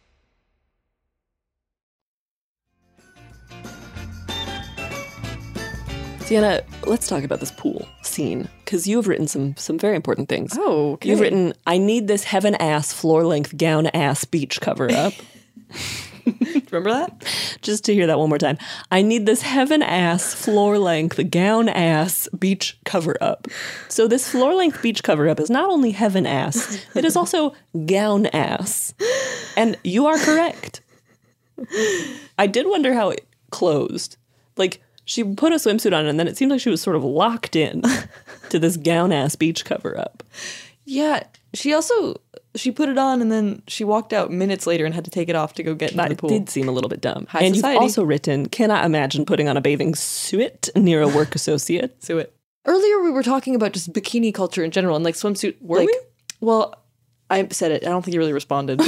B: Deanna, let's talk about this pool scene because you have written some some very important things.
A: Oh, okay.
B: you've written I need this heaven ass floor length gown ass beach cover up.
A: Remember that?
B: Just to hear that one more time. I need this heaven ass floor length gown ass beach cover up. So this floor length beach cover up is not only heaven ass, it is also gown ass. And you are correct. I did wonder how it closed. Like she put a swimsuit on and then it seemed like she was sort of locked in to this gown ass beach cover up.
A: Yeah. She also she put it on and then she walked out minutes later and had to take it off to go get in the
B: It
A: pool.
B: did seem a little bit dumb.
A: High
B: and
A: society.
B: you've also written, cannot imagine putting on a bathing suit near a work associate.
A: suit. Earlier we were talking about just bikini culture in general and like swimsuit. Were like, we? Well, I said it. I don't think you really responded.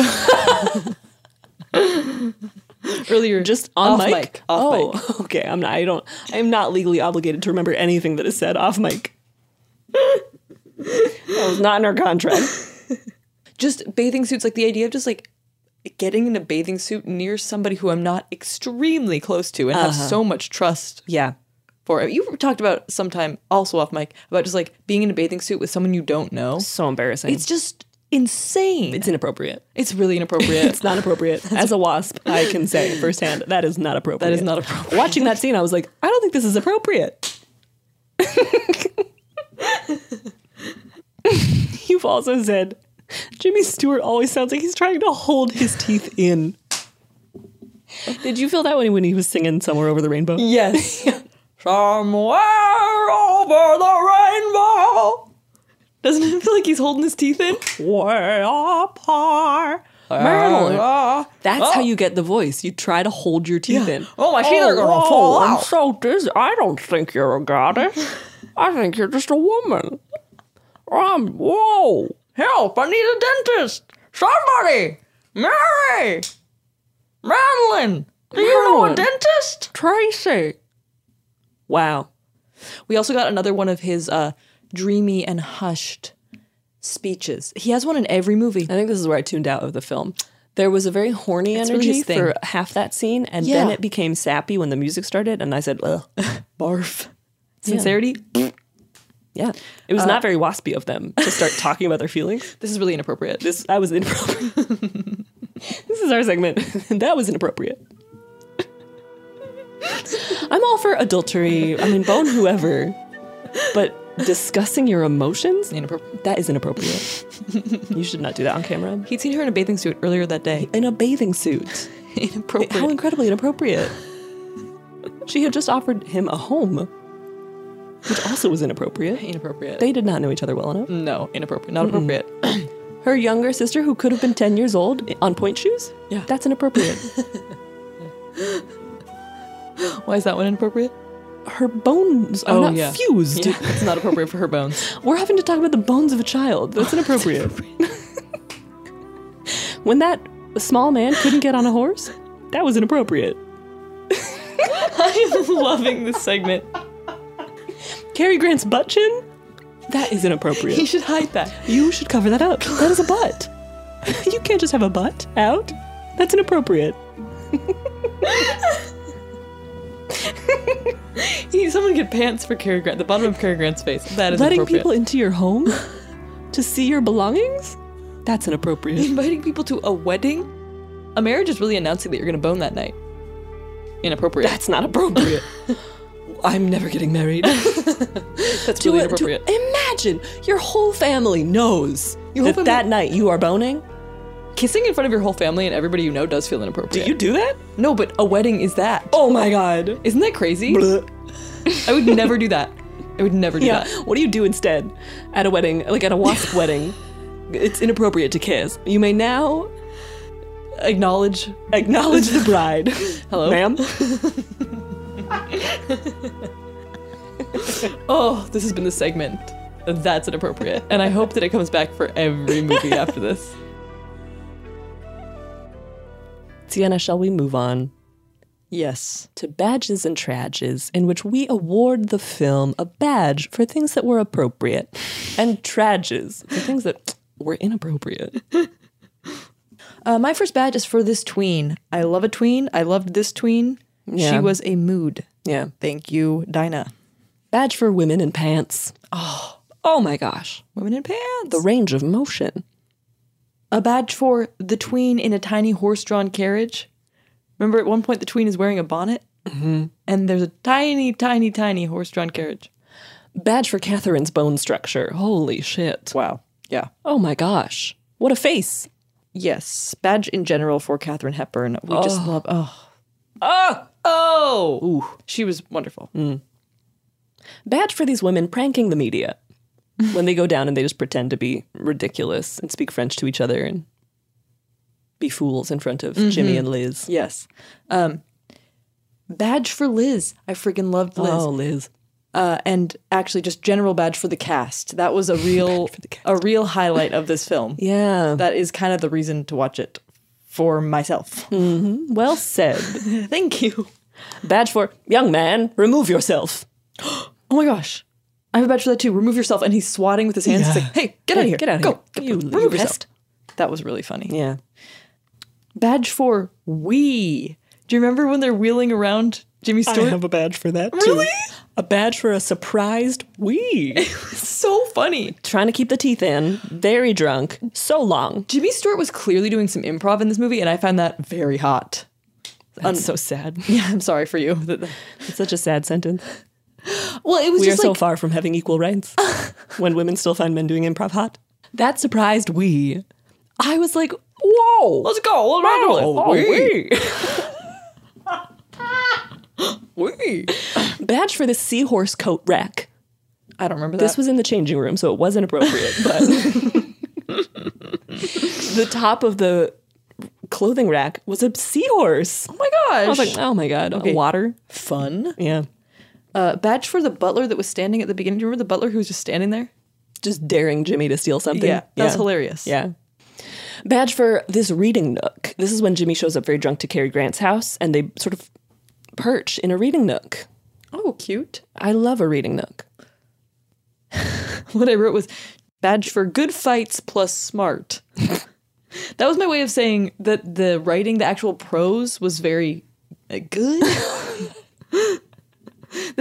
A: Earlier,
B: just on
A: off
B: mic.
A: mic, off
B: oh, okay. I'm not. I don't. I am not legally obligated to remember anything that is said off mic. that was not in our contract.
A: just bathing suits like the idea of just like getting in a bathing suit near somebody who I'm not extremely close to and have
B: Uh-huh.
A: so much trust.
B: Yeah.
A: For you talked about sometime also off mic about just like being in a bathing suit with someone you don't know.
B: So embarrassing.
A: It's just insane.
B: It's inappropriate.
A: It's really inappropriate.
B: it's not appropriate. As a wasp, I can say firsthand that is not appropriate. That is not appropriate. Watching that scene, I was like, I don't think this is appropriate. You've also said Jimmy Stewart always sounds like he's trying to hold his teeth in. Did you feel that when he, when he was singing somewhere over the rainbow?
A: Yes. Somewhere over the rainbow. Doesn't it feel like he's holding his teeth in?
B: Way up high. Madeline. That's how you get the voice. You try to hold your teeth in.
A: Oh, my feet are gonna
B: wow,
A: fall
B: I'm
A: out.
B: so dizzy. I don't think you're a goddess. I think you're just a woman. Um, whoa.
A: Help, I need a dentist. Somebody. Mary. Madeline. Do you know a dentist?
B: Tracy. Wow.
A: We also got another one of his uh, dreamy and hushed speeches. He has one in every movie. I
B: think this is where I tuned out of the film. There was a very horny
A: It's really
B: energy
A: his thing.
B: for half that scene, and
A: Yeah.
B: then it became sappy when the music started, and I said, Ugh.
A: barf.
B: Yeah.
A: Sincerity.
B: Yeah. It was
A: Uh,
B: not very waspy of them to start talking about their feelings.
A: This is really inappropriate.
B: This I was inappropriate. this is our segment. that was inappropriate. I'm all for adultery. I mean, bone whoever, but discussing your emotions
A: inappropriate.
B: That is inappropriate. you should not do that on camera.
A: He'd seen her in a bathing suit earlier that day.
B: In a bathing suit.
A: inappropriate.
B: How incredibly inappropriate. She had just offered him a home, which also was inappropriate.
A: Inappropriate.
B: They did not know each other well enough.
A: No, inappropriate. Not
B: Mm-mm.
A: appropriate.
B: Her younger sister, who could have been 10 years old, on point shoes? Yeah. That's inappropriate.
A: Why is that one inappropriate?
B: Her bones are not fused.
A: Yeah, it's not appropriate for her bones.
B: We're having to talk about the bones of a child. That's inappropriate. when that small man couldn't get on a horse, that was inappropriate.
A: I'm loving this segment.
B: Cary Grant's butt chin? That is inappropriate.
A: He should hide
B: that. You should cover that up. That is a butt. you can't just have a butt out. That's inappropriate.
A: He- Someone get pants for Cary Grant. The bottom of Cary Grant's face. That is
B: Letting
A: appropriate.
B: people into your home to see your belongings? That's inappropriate.
A: inviting people to a wedding. A marriage is really announcing that you're going to bone that night. Inappropriate.
B: That's not appropriate. I'm never getting married.
A: That's
B: To
A: really
B: a- to-
A: inappropriate.
B: imagine your whole family knows
A: Your whole
B: that that night you are boning.
A: Kissing in front of your whole family and everybody you know does feel inappropriate.
B: Do you do that?
A: No, but a wedding is that.
B: Oh my god.
A: Isn't that crazy?
B: Blech.
A: I would never do that. I would never do
B: yeah.
A: that.
B: What do you do instead at a wedding, like at a wasp wedding? It's inappropriate to kiss. You may now
A: acknowledge
B: acknowledge the bride.
A: Hello?
B: ma'am.
A: Oh, this has been the segment. That's inappropriate. And I hope that it comes back for every movie after this.
B: Sienna, shall we move on?
A: Yes.
B: To badges and trages, in which we award the film a badge for things that were appropriate and trages for things that were inappropriate.
E: Uh, my first badge is for this tween. I love a tween. I loved this tween. She
B: Yeah.
E: was a mood.
B: Yeah.
E: Thank you, Dinah.
B: Badge for women in pants. Oh, oh my gosh.
E: Women in pants.
B: The range of motion.
E: A badge for the tween in a tiny horse
A: Drawn carriage. Remember, at one point, the tween is wearing a bonnet,
B: Mm-hmm.
A: and there's a tiny, tiny, tiny horse drawn carriage.
B: Badge for Catherine's bone structure. Holy shit.
A: Wow. Yeah.
B: Oh my gosh. What a face.
E: Yes. Badge in general for Katherine Hepburn. We just
A: Oh.
E: love. Oh.
A: Oh, oh. She was wonderful.
B: Mm. Badge for these women pranking the media when they go down and they just pretend to be ridiculous and speak French to each other and be fools in front of Jimmy
E: Mhm.
B: and Liz.
E: Yes. Um, badge for Liz. I freaking loved Liz.
B: Oh, Liz.
E: Uh, and actually, just general badge for the cast. That was a real, a real highlight of this film.
B: Yeah.
E: That is kind of the reason to watch it for myself.
B: hmm Well said.
E: Thank you.
B: Badge for young man, remove yourself.
A: Oh my gosh. I have a badge for that too. Remove yourself. And he's swatting with his hands. He's like, hey, get out of here.
B: Get out of
A: Go.
B: here. You,
A: Remove
B: you
A: yourself.
B: pest.
A: That was really funny.
B: Yeah.
A: Badge for we. Do you remember when they're wheeling around Jimmy Stewart?
B: I have a badge for that too.
A: Really?
B: A badge for a surprised wee.
A: so funny.
B: Trying to keep the teeth in, very drunk, so long.
A: Jimmy Stewart was clearly doing some improv in this movie, and I found that very hot.
B: That's so sad.
A: Yeah, I'm sorry for you.
B: It's such a sad sentence.
A: Well, it was
B: we
A: just
B: are so
A: like-
B: far from having equal rights when women still find men doing improv hot. That surprised we. I was like, whoa.
A: Let's go. Let's
B: wow,
A: roll.
B: oh,
A: Wee.
B: wee. Badge for the seahorse coat rack.
A: I don't remember
B: This
A: that.
B: was in the changing room, so it wasn't appropriate, but the top of the clothing rack was a seahorse. Oh
A: my
B: I was
A: gosh.
B: like, oh my god,
A: Okay.
B: water.
A: Fun.
B: Yeah.
A: Uh, badge for the butler that was standing at the beginning. Do you remember the butler who was just standing there?
B: Just daring Jimmy to steal something.
A: Yeah, that's hilarious.
B: Yeah. Badge for this reading nook. This is when Jimmy shows up very drunk to Cary Grant's house and they sort of perch in a reading nook.
A: Oh, cute.
B: I love a reading nook.
A: what I wrote was badge for good fights plus smart. that was my way of saying that the writing, the actual prose, was very uh, good. this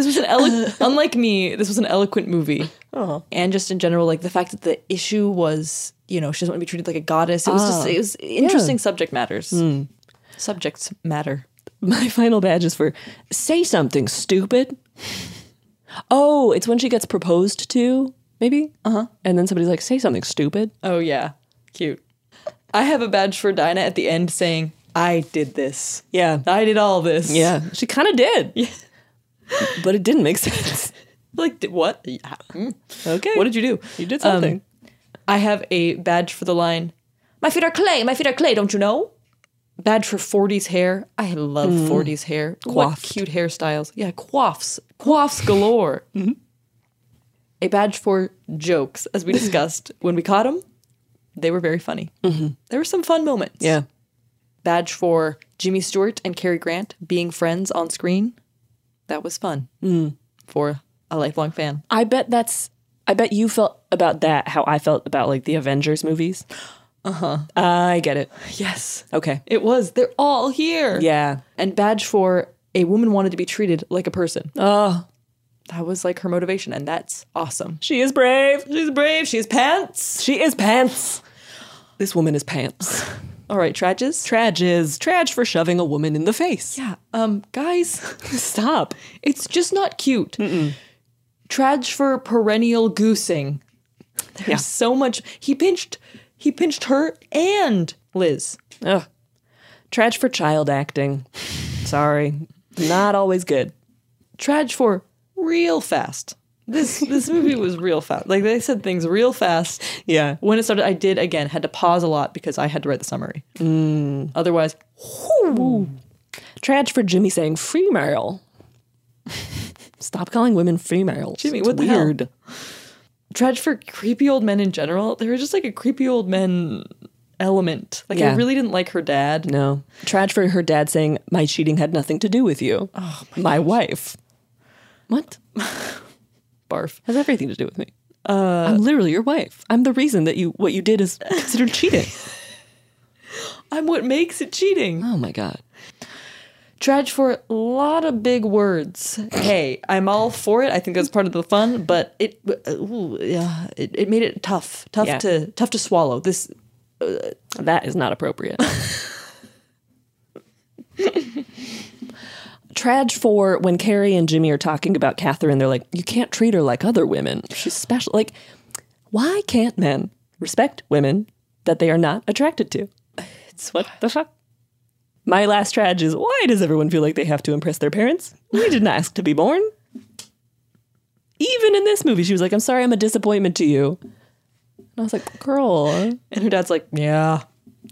A: was an elo- unlike me. This was an eloquent movie,
B: Oh.
A: and just in general, like the fact that the issue was, you know, she doesn't want to be treated like a goddess. It was just,
B: Ah,
A: it was interesting
B: yeah.
A: subject matters.
B: Hmm.
A: Subjects matter.
B: My final badge is for say something stupid. Oh, it's when she gets proposed to, maybe? Uh huh. And then somebody's like, say something stupid.
A: Uh-huh. Oh yeah, cute. I have a badge for Dinah at the end saying, "I did this.
B: Yeah.
A: I did all this.
B: Yeah. She kind of did. Yeah. But it didn't make sense.
A: Like did- what? Yeah. Mm.
B: Okay.
A: What did you do?
B: You did
A: Um,
B: something.
A: I have a badge for the line, My feet are clay, my feet are clay, don't you know? Badge for 40s hair. I love
B: Mm.
A: 40s hair. What
B: Coiffed.
A: cute hairstyles. Yeah, coiffs. Coiffs galore.
B: Mm-hmm.
A: A badge for jokes, as we discussed. when we caught them, they were very funny. There were some fun moments.
B: Mm-hmm. Yeah.
A: Badge for Jimmy Stewart and Cary Grant being friends on screen. That was fun.
B: Mm.
A: For
M: a lifelong fan.
B: I bet that's. I bet you felt about that how I felt about like the Avengers movies. Uh huh. I get it.
A: Uh-huh. Yes.
B: Okay.
A: It was. They're all here.
B: Yeah.
A: And badge for a woman wanted to be treated like a person.
B: Oh.
A: That was like her motivation, and that's awesome.
B: She is brave.
A: She's brave. She is pants.
B: She is pants. This woman is pants.
A: All right, trages.
B: Trages. Trage for shoving a woman in the face.
A: Yeah. Um, guys,
B: stop.
A: It's just not cute. Trage for perennial goosing. There's
B: Yeah.
A: so much. He pinched. He pinched her and Liz.
B: Ugh. Trage for child acting. Sorry. Not always good.
A: Trage for real fast. This this movie was real fast. Like they said things real fast.
B: Yeah.
A: When it started, I did again had to pause a lot because I had to write the summary.
B: Mm.
A: Otherwise,
B: Whoo. Trage for Jimmy saying female. Stop calling women females.
A: Jimmy,
B: It's
A: what the hell?
B: weird.
A: Trage for creepy old men in general. There was just like a creepy old men element. Like I
B: Yeah.
A: really didn't like her dad.
B: No. Trage for her dad saying, My cheating had nothing to do with you.
A: Oh,
B: my wife. What?
A: Barf.
B: Has everything to do with me. Uh, I'm literally your wife. I'm the reason that you what you did is considered cheating.
A: I'm what makes it cheating.
B: Oh my god.
A: Trage for a lot of big words. hey, I'm all for it. I think that's part of the fun, but it, uh, ooh, yeah, it, it made it tough, tough
B: Yeah. Uh,
A: to tough to swallow. This
B: That is not appropriate. Trage for when Carrie and Jimmy are talking about Catherine, they're like, you can't treat her like other women. She's special. Like, why can't men respect women that they are not attracted to? It's what the fuck? My last trage is why does everyone feel like they have to impress their parents? We didn't ask to be born. Even in this movie, she was like, I'm sorry, I'm a disappointment to you. And I was like, girl.
A: and her dad's like, yeah,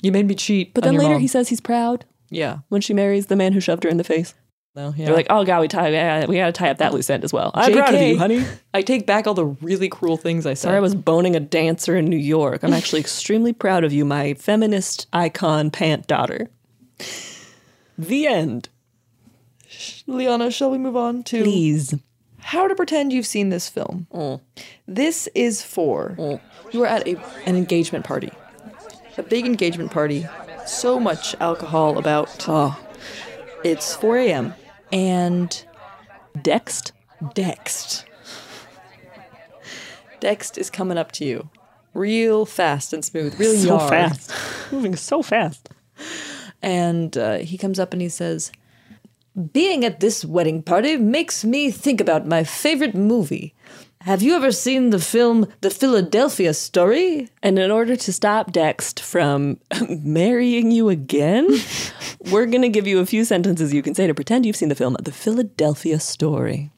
A: you made me cheat.
B: But
A: on
B: then
A: your
B: later
A: mom."
B: he says he's proud
A: yeah,
B: when she marries the man who shoved her in the face.
A: no, yeah.
B: They're like, oh god, we tie, we gotta tie up that loose end as well. I'm proud of
A: JK.
B: you, honey.
A: I take back all the really cruel things I said.
B: Sorry, I was boning a dancer in New York. I'm actually extremely proud of you, my feminist icon pant daughter. The end.
A: Liana, shall we move on to
B: Please.
A: how to pretend you've seen this film? This is for you are at a, an engagement party, a big engagement party, so much alcohol about.
B: Ah.
A: It's 4 a.m. and
B: Dext.
A: Dext. Dext is coming up to you, real fast and smooth, real
B: so
A: yard.
B: fast, moving so fast.
A: And uh, he comes up and he says, Being at this wedding party makes me think about my favorite movie. Have you ever seen the film The Philadelphia Story?
B: And in order to stop Dext from marrying you again, we're gonna give you a few sentences you can say to pretend you've seen the film The Philadelphia Story.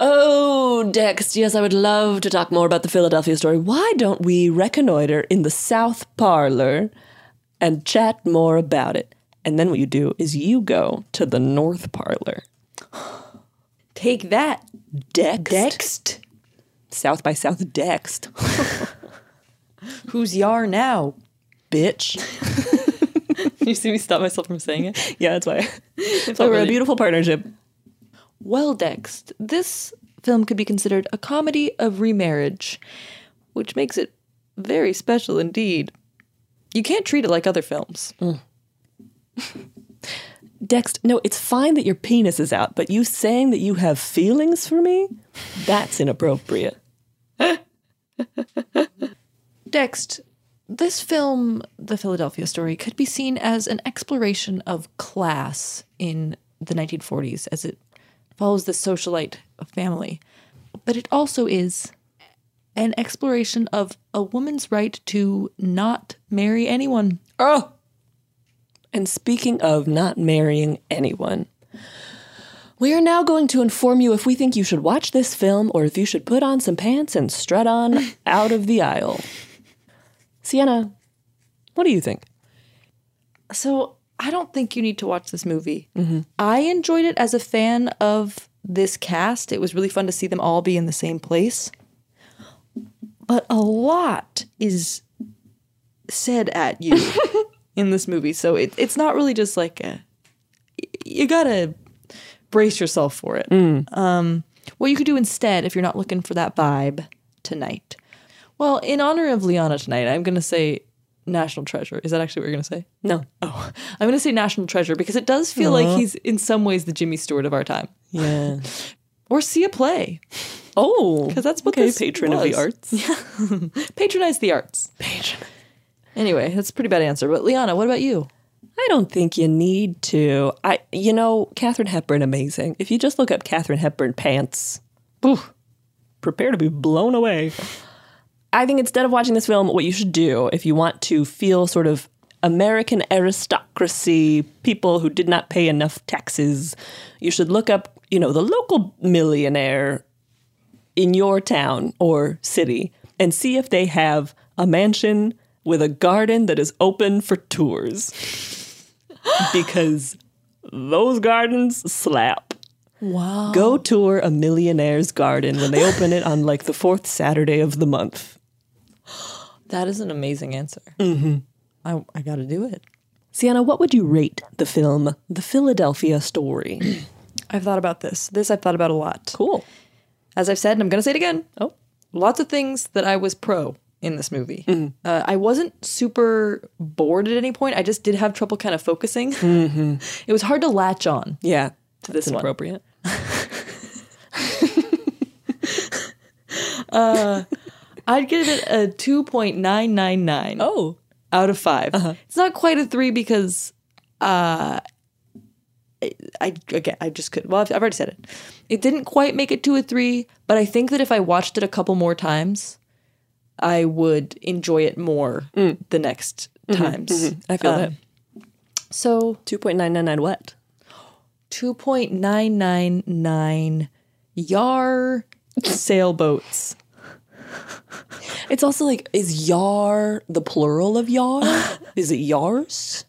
B: Oh, Dext, yes, I would love to talk more about the Philadelphia story. Why don't we reconnoiter in the South Parlor and chat more about it? And then what you do is you go to the North Parlor.
A: Take that,
B: Dext.
A: Dext.
B: South by South Dext.
A: Who's Yar now?
B: Bitch.
A: you see me stop myself from saying it?
B: Yeah, that's why. That's
A: not
B: why we're a
A: really-
B: beautiful partnership.
A: Well, Dext, this film could be considered a comedy of remarriage, which makes it very special indeed. You can't treat it like other films.
B: Dext, no, it's fine that your penis is out, but you saying that you have feelings for me? That's inappropriate.
A: Dext, this film, The Philadelphia Story, could be seen as an exploration of class in the 1940s as it follows the socialite family. But it also is an exploration of a woman's right to not marry anyone.
B: Oh! And speaking of not marrying anyone, we are now going to inform you if we think you should watch this film or if you should put on some pants and strut on out of the aisle. Sienna, what do you think?
A: So I don't think you need to watch this movie. I enjoyed it as a fan of this cast. It was really fun to see them all be in the same place. But a lot is said at you in this movie. So it, it's not really just like a, you gotta brace yourself for it.
B: Mm.
A: Um, what you could do instead, if you're not looking for that vibe tonight, well, in honor of Liana tonight, I'm going to say national treasure. Is that actually what you're going to say?
B: No.
A: Oh, I'm going to say national treasure because it does feel
B: Aw.
A: like he's in some ways the Jimmy Stewart of our time.
B: Yeah.
A: Or see a play.
B: Oh,
A: because that's what
B: okay,
A: this
B: patron of the
A: was.
B: arts.
A: Yeah. patronize the arts.
B: Patron.
A: Anyway, that's a pretty bad answer. But Liana, what about you?
B: I don't think you need to. I, you know, Catherine Hepburn, amazing. If you just look up Catherine Hepburn pants, phew, prepare to be blown away. I think instead of watching this film, what you should do if you want to feel sort of American aristocracy, people who did not pay enough taxes, you should look up, you know, the local millionaire in your town or city and see if they have a mansion with a garden that is open for tours. because those gardens slap.
A: Wow.
B: Go tour a millionaire's garden when they open it on like the fourth Saturday of the month.
A: That is an amazing answer.
B: Mm-hmm.
A: I, I got to do it.
B: Sienna, what would you rate the film The Philadelphia Story?
A: I've thought about this. This I've thought about a lot.
B: Cool.
A: As I've said, and I'm going to say it again.
B: Oh.
A: Lots of things that I was pro in this movie.
B: Mm-hmm.
A: Uh, I wasn't super bored at any point. I just did have trouble kind of focusing.
B: Mm-hmm.
A: It was hard to latch on
B: Yeah.
A: to this
B: That's
A: one.
B: appropriate.
A: Uh, I'd give it a 2.999.
B: Oh. Uh-huh.
A: Out of 5 It's not quite a three because uh, I, I, again, I just couldn't. Well, I've, I've already said it. It didn't quite make it to a three, but I think that if I watched it a couple more times, I would enjoy it more the next
B: Mhm,
A: times. Um,
B: mhm. I feel that.
A: So
B: 2.999 what?
A: 2.999 yar sailboats.
B: It's also like, is yar the plural of yar? is it yars?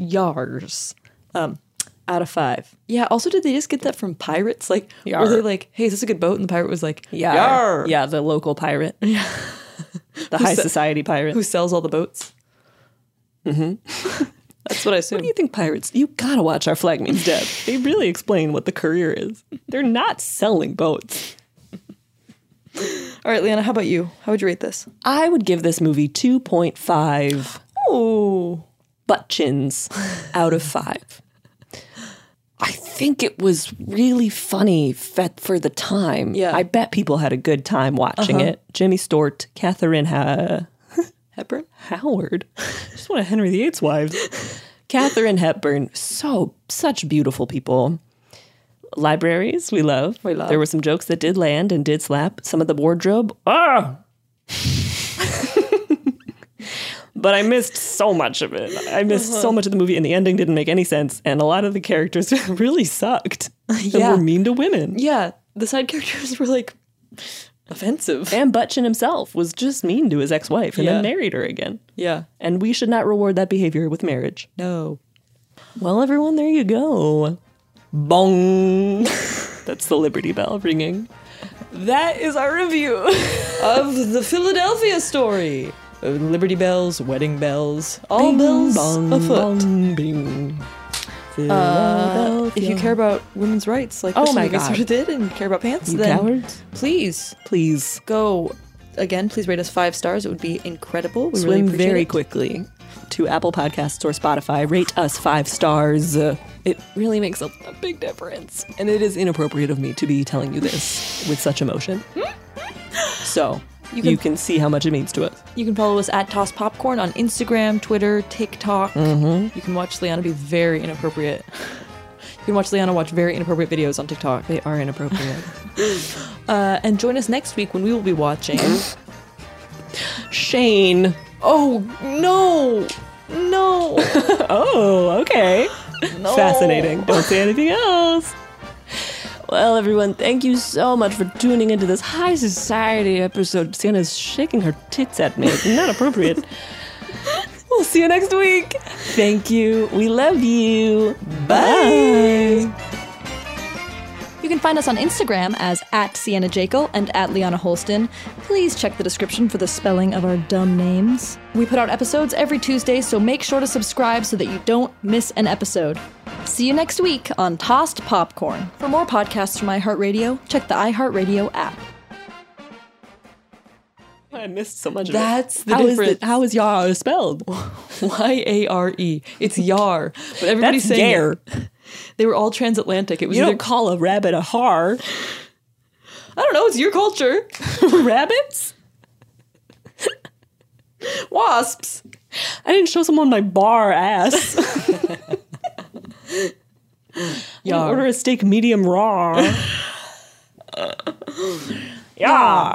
A: Yars. Um, out of five. Yeah. Also, did they just get that from pirates? Like,
B: Yar.
A: were they like, "Hey, is this a good boat?" And the pirate was like,
B: Yar.
A: Er.
B: Yeah, the local pirate. the high
A: se-
B: society pirate.
A: who sells all the boats."
B: Mm-hmm.
A: That's what I assume.
B: What do you think pirates? You gotta watch Our Flag Means Death. They really explain what the career is. They're not selling boats.
A: All right, Leanna, how about you? How would you rate this?
B: I would give this movie 2.5
A: oh.
B: butt chins out of five. I think it was really funny fet for the time. Yeah. I bet people had a good time watching
A: Uh-huh.
B: it. Jimmy Stewart, Catherine ha-
A: Hepburn?
B: Howard. She's one of Henry VIII's wives. Catherine Hepburn. So, such beautiful people. Libraries, we love. We
A: love.
B: There were some jokes that did land and did slap. Some of the wardrobe, ah! but I missed so much of it. I missed
A: Uh-huh.
B: so much of the movie, and the ending didn't make any sense. And a lot of the characters really sucked.
A: Yeah.
B: And were mean to women.
A: Yeah, the side characters were like offensive.
B: And Butchin himself was just mean to his ex wife and
A: Yeah.
B: then married her again.
A: Yeah.
B: And we should not reward that behavior with marriage.
A: No.
B: Well, everyone, there you go. Bong. That's the Liberty Bell ringing. That is our review
A: of the Philadelphia story. Uh, Liberty bells, wedding bells, all
B: Bing,
A: bells
B: bong,
A: afoot.
B: bong, bing.
A: Uh, if you
B: Philadelphia.
A: care about women's rights, like
B: Oh
A: this
B: my
A: movie
B: God.
A: sort of did, and you care about pants,
B: You
A: then
B: cowards.
A: please,
B: please
A: go again. Please rate us five stars; it would be incredible. We really
B: Swim
A: appreciate
B: very
A: it.
B: quickly to Apple Podcasts or Spotify. Rate us five stars. Uh, It really makes a, a big difference. And it is inappropriate of me to be telling you this with such emotion. So you can, see how much it means to us.
A: You can follow us at Toss Popcorn on Instagram, Twitter, TikTok.
B: Mhm.
A: You can watch Liana be very inappropriate. You can watch Liana watch very inappropriate videos on TikTok. They
B: are inappropriate.
A: uh, and join us next week when we will be watching
B: Shane.
A: Oh no, no.
B: oh, okay.
A: No.
B: Fascinating. Don't say anything else. Well, everyone, thank you so much for tuning into this high society episode. Sienna's shaking her tits at me. Not appropriate. we'll see you next week. Thank you. We love you. Bye.
N: You can find us on Instagram as at Sienna Jekyll and at Liana Holston. Please check the description for the spelling of our dumb names. We put out episodes every Tuesday, so make sure to subscribe so that you don't miss an episode.
O: See you next week on Tossed Popcorn. For more podcasts from iHeartRadio, check the iHeartRadio app.
P: I missed so much.
A: That's
P: of it.
A: the
P: How is
A: difference.
P: how is yar spelled?
A: Y A R E. It's yar, but everybody's
P: That's
A: saying
P: yare.
A: it. They were all transatlantic. It was
P: You
A: either
P: don't call a rabbit a har.
A: I don't know. It's your culture.
P: Rabbits?
A: Wasps.
P: I didn't show someone my bar ass. You
A: Yar.
P: order a steak medium raw. yeah.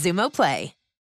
L: Zumo Play.